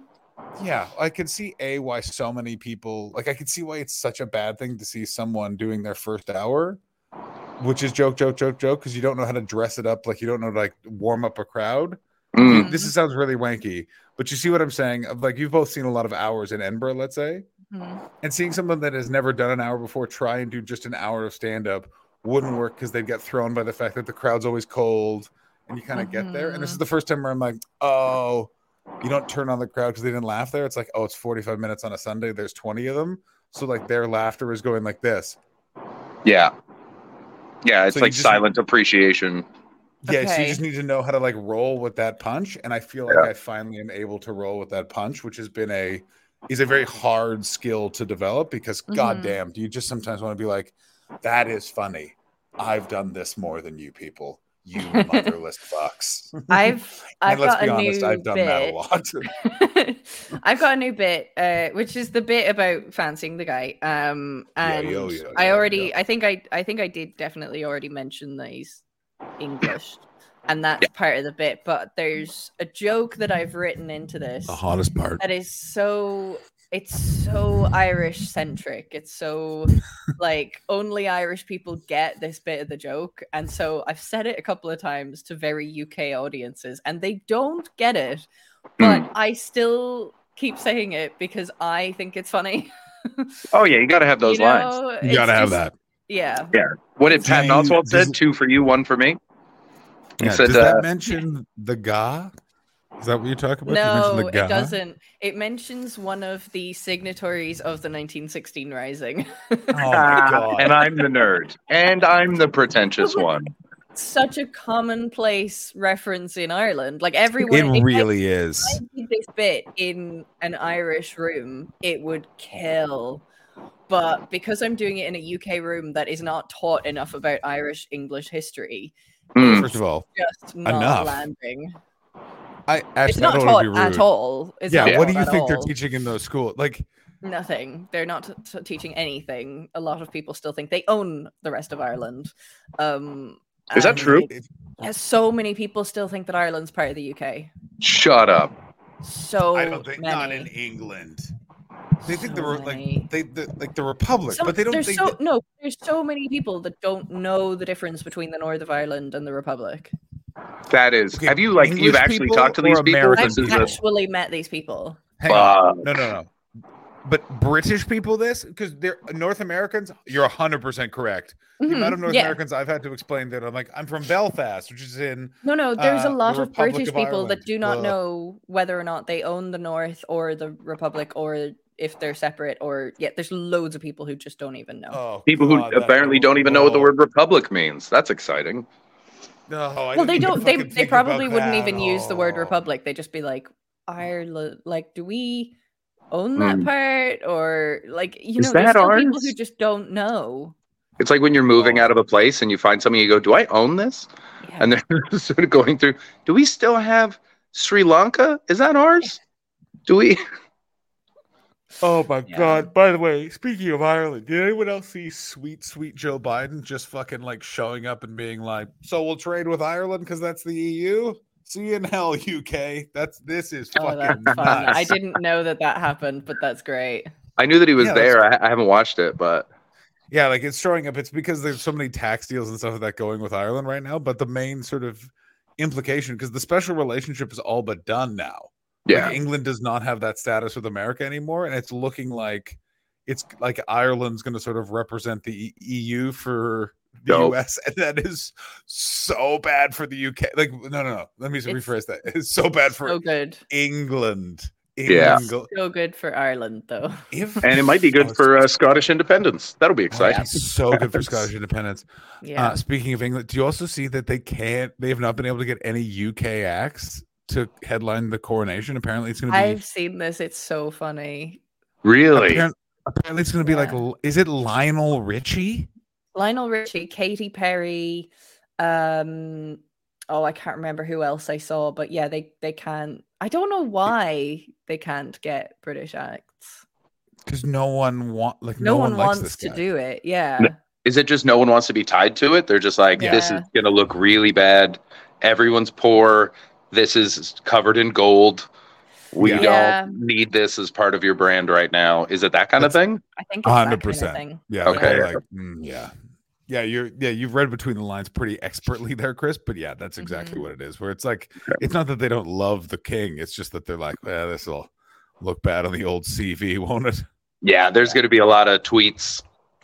Yeah, I can see a why so many people like. I can see why it's such a bad thing to see someone doing their first hour, which is joke, joke, joke, joke, because you don't know how to dress it up. Like you don't know like warm up a crowd Mm. this is- sounds really wanky, but you see what I'm saying? Of like you've both seen a lot of hours in Edinburgh, let's say, Mhm. and seeing someone that has never done an hour before try and do just an hour of stand up wouldn't work because they'd get thrown by the fact that the crowd's always cold, and you kind of get there. And this is Mhm. the first time where I'm like, oh, you don't turn on the crowd because they didn't laugh there. It's like, oh, it's 45 minutes on a Sunday. There's 20 of them, so like their laughter is going like this. Yeah. Yeah, it's So you like just- silent appreciation. Yeah, so you Okay. just need to know how to like roll with that punch, and I feel like I finally am able to roll with that punch, which has been a is a very hard skill to develop because Mhm. goddamn, do you just sometimes want to be like, that is funny. I've done this more than you people, [LAUGHS] you motherless fucks. I've [LAUGHS] I've and let's got be a honest, new I've done bit. that a lot. [LAUGHS] [LAUGHS] I've got a new bit, uh, which is the bit about fancying the guy. Um, Yeah, and yo, yo, I yo, already, yo. I think I, I think I did definitely already mention that he's English, and that's part of the bit. But there's a joke that I've written into this hottest part. that is so it's so irish centric it's so like only irish people get this bit of the joke and so i've said it a couple of times to very uk audiences and they don't get it Hmm. but i still keep saying it because i think it's funny [LAUGHS] Oh yeah, you got to have those You lines. know, You it's gotta have just- that. yeah What did Patton Jane, Oswald does said? it- Two for you, one for me. He Yeah, said, does uh, that mention the guy? Is that what you're talking about? You mentioned no the it ga? doesn't it mentions one of the signatories of the 1916 rising [LAUGHS] Oh my god. and I'm the nerd, and I'm the [LAUGHS] pretentious one. such a commonplace reference in ireland like everyone it if I- really is. I did this bit in an Irish room, it would kill. But because I'm doing it in a UK room that is not taught enough about Irish English history, Mm. First of all, just not Enough. landing. I actually it's not I don't want taught to be rude. at all. It's not yeah, what do taught you at think they're all. teaching in those schools? Like, Nothing. They're not t- t- teaching anything. A lot of people still think they own the rest of Ireland. Um, Is that and true? it- yeah, so many people still think that Ireland's part of the UK. Shut up. So I don't think many. not in England. They think So the re- many. like they the, like the Republic, Some- but they don't There's think so that- no. There's so many people that don't know the difference between the North of Ireland and the Republic. That is. Okay, Have you like English you've actually people talked to or these people? American I've This is a, people? actually met these people. hang on. uh, No, no, no. But British people, this because they're North Americans. You're hundred percent correct. The amount Mhm, of North yeah. Americans I've had to explain that I'm like I'm from Belfast, which is in No, no. There's uh, a lot the of Republic British of people Ireland. that do not Ugh. know whether or not they own the North or the Republic or if they're separate or yeah. There's loads of people who just don't even know. oh, people who God, that apparently don't even know what the world. word republic means. That's exciting. No, Oh, I well, didn't they even don't. They fucking they think about probably wouldn't that. even use the word Oh. Republic. They would just be like Ireland. Like, do we? Own that Mm. part, or like you Is know, there's that still people who ours? just don't know. It's like when you're moving Oh. out of a place and you find something, you go, "Do I own this?" Yeah. And they're [LAUGHS] sort of going through. Do we still have Sri Lanka? Is that ours? Do we? Oh my Yeah. god! By the way, speaking of Ireland, did anyone else see sweet, sweet Joe Biden just fucking like showing up and being like, "So we'll trade with Ireland because that's the EU." See you in hell, UK. That's this is Oh, fucking that's [LAUGHS] fun. nuts. I didn't know that that happened, but that's great. I knew that he was Yeah, that's- there. I, I haven't watched it, but Yeah, like it's showing up. It's because there's so many tax deals and stuff like that going with Ireland right now. But the main sort of implication, because the special relationship is all but done now. yeah, Like, England does not have that status with America anymore, and it's looking like it's like Ireland's going to sort of represent the E- EU for the Dope. US, and that is so bad for the UK. Like, no, no, no. Let me It's- rephrase that. It's so bad for So Oh, good. England. Yeah. Engl- So good for Ireland, though. If- and it might be Oh, good for uh, Scottish independence. That'll be it's- oh, it'd be exciting. so good for Scottish independence. Yeah. Uh, speaking of England, do you also see that they can't? They have not been able to get any UK acts to headline the coronation. Apparently, it's going to be. I've seen this. It's so funny. Really? Apparent- apparently, it's going to be like. Yeah. L- Is it Lionel Richie? Lionel Richie, Katy Perry, um oh I can't remember who else I saw, but yeah, they they can't I don't know why they can't get British acts. Because no one want like No, one, likes wants this to guy. do it. Yeah. Is it just no one wants to be tied to it? They're just like, this Yeah. is going to look really bad. Everyone's poor. This is covered in gold. We Yeah. Yeah. don't need this as part of your brand right now. Is it that kind of thing? I think it's 100%. 100%. thing. Yeah. Okay. they're Like, mm, yeah. Yeah, you're yeah, you've read between the lines pretty expertly there, Chris. But yeah, that's Mm-hmm. exactly what it is. Where it's like it's not that they don't love the king, it's just that they're like, well, this'll look bad on the old CV, [LAUGHS] won't it? Yeah, there's going to be a lot of tweets.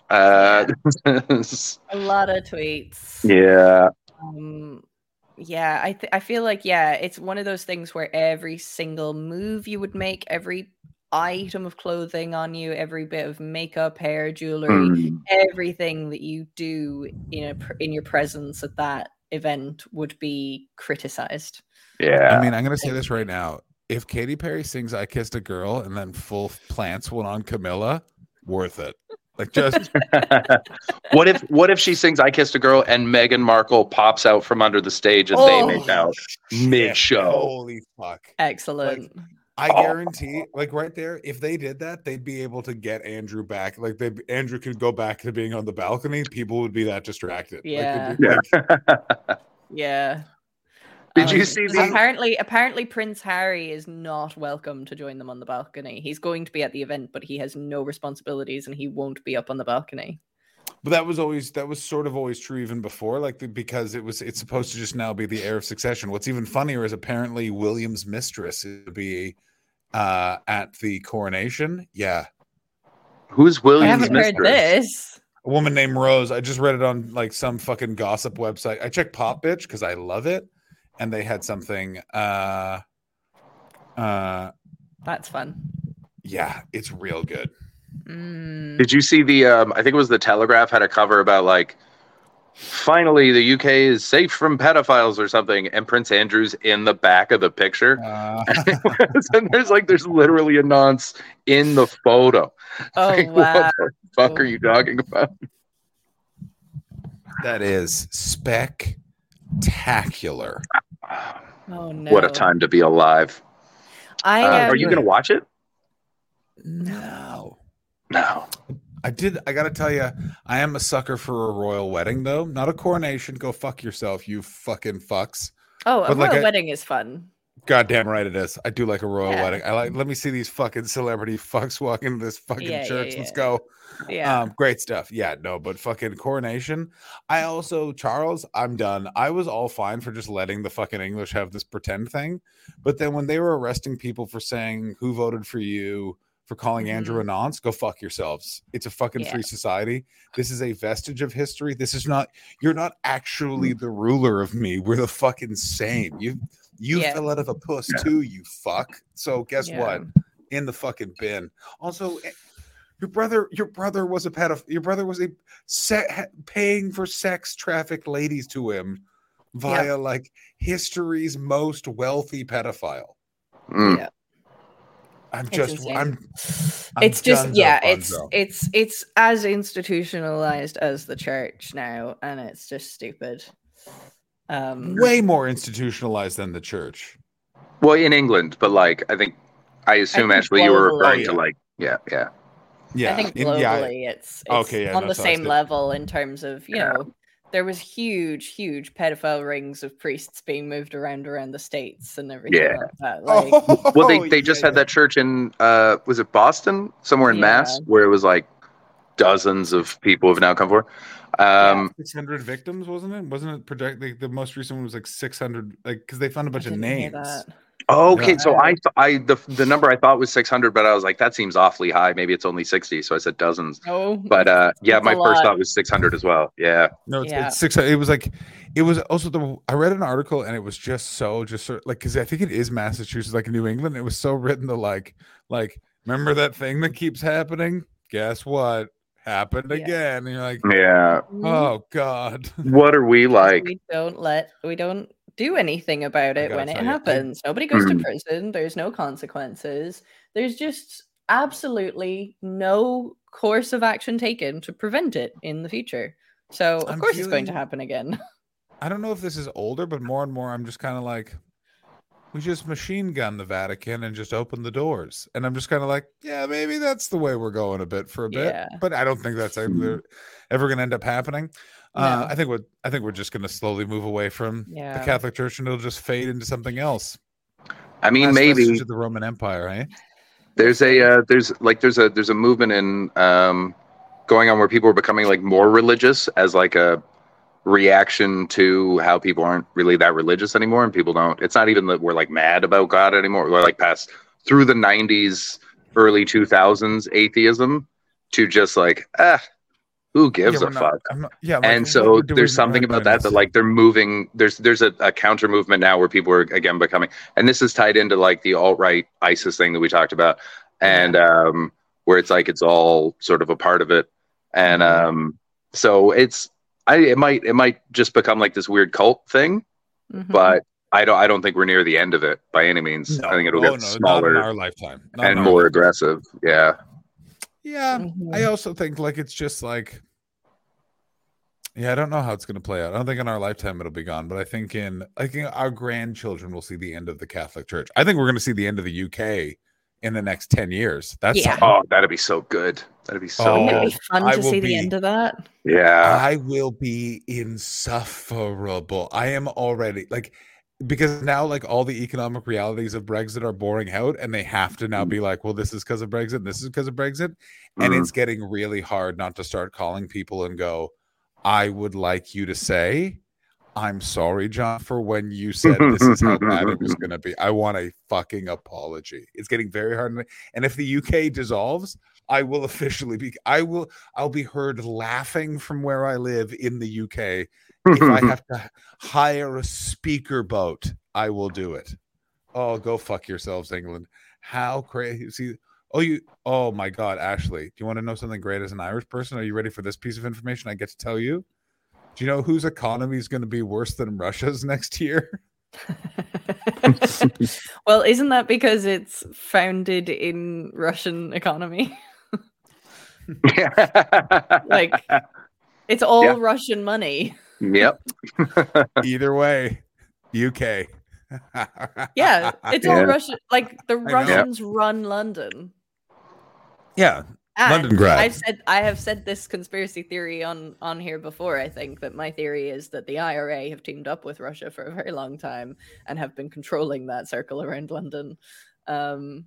Uh, A lot of tweets. [LAUGHS] yeah. Um, yeah, I th- I feel like yeah, it's one of those things where every single move you would make, every item of clothing on you, every bit of makeup, hair, jewelry, Mm. Hmm. everything that you do in a pr- in your presence at that event would be criticized. Yeah. I mean, I'm gonna say this right now. If Katy Perry sings I Kissed a Girl and then full plants went on Camilla, worth it. Like just what if what if she sings "I Kissed a Girl" and Meghan Markle pops out from under the stage and Oh. they make out mid-show? Holy fuck. Excellent. I Oh. guarantee, like right there, if they did that, they'd be able to get Andrew back. Like they, Andrew could go back to being on the balcony. People would be that distracted. Yeah. Like, they'd be like, yeah. Um, Did you see the- Apparently, apparently Prince Harry is not welcome to join them on the balcony. He's going to be at the event, but he has no responsibilities and he won't be up on the balcony. but that was always that was sort of always true even before, like the, because it was it's supposed to just now be the heir of succession. What's even funnier is apparently William's mistress is to be uh at the coronation. Yeah. Who's I William's haven't heard Oh, mistress? this. A woman named Rose. I just read it on like some fucking gossip website. I checked Pop Bitch because I love it. And they had something uh uh That's fun. Yeah, it's real good. Mm. Did you see the? Um, I think it was the Telegraph had a cover about like, finally the UK is safe from pedophiles or something, and Prince Andrew's in the back of the picture. [LAUGHS] Uh, and there's like there's literally a nonce in the photo. Oh Like, [LAUGHS] wow! What the fuck are you talking about? that is spectacular. Oh no! What a time to be alive. I Uh, um, are you gonna watch it? No. No. I did. I gotta tell you, I am a sucker for a royal wedding, though. Not a coronation. Go fuck yourself, you fucking fucks. Oh, a but like royal a- wedding is fun. Goddamn right it is. I do like a royal Yeah. wedding. I like. Let me see these fucking celebrity fucks walk into this fucking Yeah, yeah, church. Let's yeah. go. Yeah. Um, great stuff. Yeah, no, but fucking coronation. I also Charles, I'm done. I was all fine for just letting the fucking English have this pretend thing, but then when they were arresting people for saying who voted for you for calling Andrew a nonce, go fuck yourselves. It's a fucking Mm-hmm. Yeah. free society. This is a vestige of history. This is not. You're not Mm. actually the ruler of me. We're the fucking same. You you Yeah. fell out of a puss Yeah. too. You fuck. So guess Yeah. what? In the fucking bin. Also, eh, your brother, your brother was a pedophile. Your brother was a se- ha- paying for sex trafficked ladies to him via like history's most wealthy pedophile. Mm. Yeah. I'm It's just, insane. I'm I'm it's just Dunzo yeah, it's Bunzo. it's it's as institutionalized as the church now, and it's just stupid. Um, way more institutionalized than the church. Well, in England, but like I think I assume think Ashley, you were globally. referring to Oh, yeah. like Yeah, yeah. Yeah, I think in- yeah, [LAUGHS] I- globally it's, it's Okay, yeah, on that's what I the was same thinking. level in terms of, you Yeah. know, there was huge, huge pedophile rings of priests being moved around around the states and everything Yeah. like [LAUGHS] that. Like, Well, they, Oh, they just yeah, had that church in uh was it Boston somewhere in Yeah. Mass where it was like dozens of people have now come forward. Um, six hundred victims, wasn't it? Wasn't it project like the most recent one was like six hundred? Like because they found a I bunch of didn't hear names. that. oh, okay, Yeah. so I th- I the the number I thought was six hundred, but I was like that seems awfully high. Maybe it's only sixty, so I said dozens. No, But uh, yeah, That's a my first lot. thought was six hundred as well. Yeah, No, it's, Yeah. it's six. It was like, it was also the. I read an article and it was just so just sort like because I think it is Massachusetts, like New England. It was so written to like like remember that thing that keeps happening. Guess what happened Yeah. Mm-hmm. again? And you're like, yeah. oh god. [LAUGHS] What are we like? we don't let we don't do anything about I it gotta when it tell you, I- happens. Nobody goes to Mhm. prison. There's no consequences. There's just absolutely no course of action taken to prevent it in the future. So of I'm course it's going to feeling- happen again. [LAUGHS] I don't know if this is older, but more and more I'm just kind of like, we just machine gun the Vatican and just open the doors. And I'm just kind of like, yeah, maybe that's the way we're going a bit for a bit. Yeah. But I don't think that's ever, ever going to end up happening. Uh, I think what I think we're just going to slowly move away from Yeah. the Catholic Church and it'll just fade into something else. I mean, Last maybe message to the Roman Empire, eh? there's a uh, there's like there's a there's a movement in um, going on where people are becoming like more religious as like a reaction to how people aren't really that religious anymore and people don't it's not even that we're like mad about god anymore we're like past through the 90s early 2000s atheism to just like ah who gives yeah, a we're fuck not- I'm not- yeah, like, and what so do we there's something learn about doing that this? that like they're moving there's there's a, a counter movement now where people are again becoming and this is tied into like the alt-right isis thing that we talked about and um where it's like it's all sort of a part of it and Mm-hmm. um so it's i it might it might just become like this weird cult thing Mhm. but i don't i don't think we're near the end of it by any means i think it'll Mm-hmm. Oh, No, no, get not in smaller our lifetime Not in and our more lifetime. aggressive yeah Yeah, Mhm. I also think like it's just like yeah, I don't know how it's going to play out. I don't think in our lifetime it'll be gone, but I think in I think our grandchildren will see the end of the Catholic Church. I think we're going to see the end of the UK in the next 10 years. That's Yeah. something. oh that'd be so good that'd be so Oh. Wouldn't it good be fun I to will see be- the end of [LAUGHS] that? yeah I will be insufferable. I am already like because now like all the economic realities of Brexit are boring out and they have to now be like, well, this is because of Brexit, this is because of Brexit. And Mhm. it's getting really hard not to start calling people and go, I would like you to say, I'm sorry, John, for when you said this is how bad it was gonna be. I want a fucking apology. It's getting very hard. And if the UK dissolves, I will officially be I will I'll be heard laughing from where I live in the UK. If [LAUGHS] I have to hire a speaker boat, I will do it. Oh, go fuck yourselves, England. How crazy. Oh, you oh my god, Ashley. Do you want to know something great as an Irish person? Are you ready for this piece of information I get to tell you? Do you know whose economy is going to be worse than Russia's [LAUGHS] next year? well, isn't that because it's founded in Russian economy? [LAUGHS] Mm-hmm. [LAUGHS] Like, it's all Yeah. Russian money. yep [LAUGHS] Either way, [LAUGHS] UK. [LAUGHS] Yeah, it's Yeah. all Russian. Like the know. Russians run London. yeah. And London grad. I've said I have said this conspiracy theory on on here before. I think that my theory is that the IRA have teamed up with Russia for a very long time and have been controlling that circle around London. Um,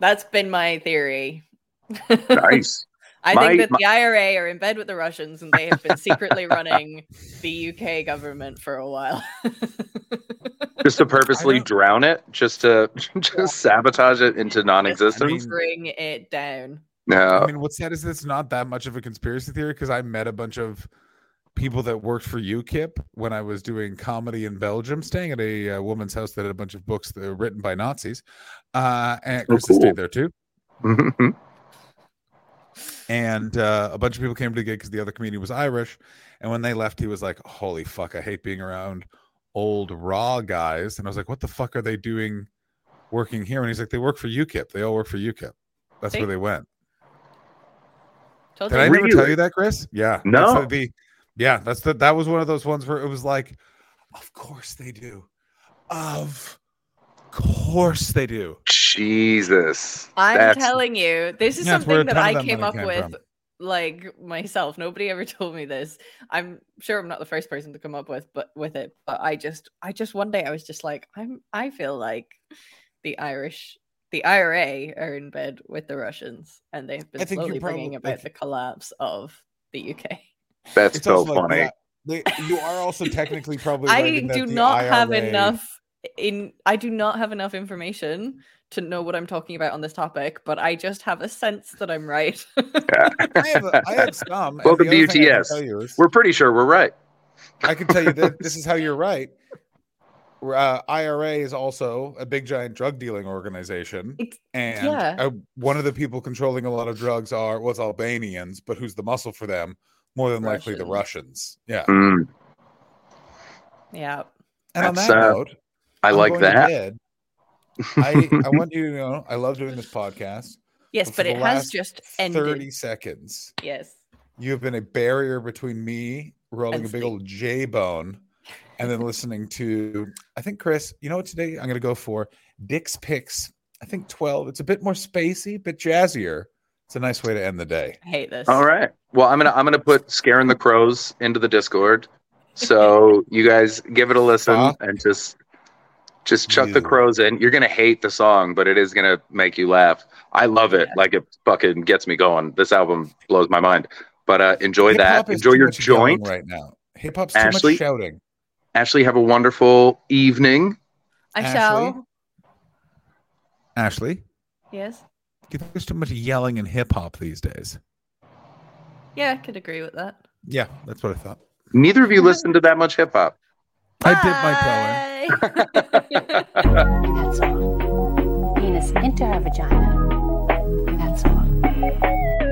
that's been my theory. [LAUGHS] nice I My- think that the IRA are in bed with the Russians and they have been secretly running the UK government for a while. [LAUGHS] just to purposely don't- drown it just to [LAUGHS] just sabotage it into non-existence mean- Bring it down. I no [LAUGHS] mean, what's sad is it's not that much of a conspiracy theory because I met a bunch of people that worked for UKIP when I was doing comedy in Belgium, staying at a uh, woman's house that had a bunch of books that were written by Nazis. Uh, and Krista cool. stayed there too. And uh, a bunch of people came to the gig because the other comedian was Irish. And when they left, he was like, Holy fuck, I hate being around old raw guys. And I was like, What the fuck are they doing working here? And he's like, They work for UKIP. They all work for UKIP. That's See? where they went. Told Did you. I never tell Really? you that, Chris? Yeah. that's No. the- yeah, that's the that was one of those ones where it was like, of course they do. Of course they do. Jesus. I'm That's- telling you, this is Yeah, it's where a something ton that of I that came money up came with from. like myself. Nobody ever [LAUGHS] told me this. I'm sure I'm not the first person to come up with but with it, but I just I just one day I was just like, I'm I feel like the Irish the IRA are in bed with the Russians and they've I been think you're slowly probably- bringing about the collapse of the UK. That's so also like, funny. yeah, they- you are also technically probably. I right in that do the not have IRA enough in I do not have enough information to know what I'm talking about on this topic, but I just have a sense that I'm right. [LAUGHS] [LAUGHS] I have, I [LAUGHS] have some. and Welcome the to other thing I can UTS. tell you is- We're pretty sure we're right. I can tell you [LAUGHS] that this is how you're right. Uh, IRA is also a big giant drug dealing organization, It's- and yeah. uh, one of the people controlling a lot of drugs are was Albanians, but who's the muscle for them? More than likely the Russians. Yeah, Mm, yeah. and on That's, that uh, note, I I'm like going to that. [LAUGHS] bed. I I want you to know I love doing this podcast. Yes, for but the it has last just ended. Thirty seconds. Yes. You have been a barrier between me rolling And a big sleep. old J bone and then listening to, I think, Chris, you know what today I'm going to go for? Dick's Picks. I think 12. It's a bit more spacey, bit jazzier. It's a nice way to end the day. I hate this. All right. Well, I'm gonna I'm gonna put scaring the crows into the Discord. [LAUGHS] So you guys give it a listen Fuck. and just just chuck the You. crows in. You're gonna hate the song, but it is gonna make you laugh. I love it. Like it fucking gets me going. This album blows my mind. But uh, enjoy Hip-hop that. is Enjoy too your much yelling joint. right now. Hip hop's too Ashley? much shouting. Ashley, have a wonderful evening. I Ashley? shall. Ashley, do Yes. you think there's too much yelling in hip hop these days? Yeah, I could agree with that. Yeah, that's what I thought. Neither of you listen to that much hip hop. I did my power. [LAUGHS] [LAUGHS] my That's all. Penis into her vagina. That's all.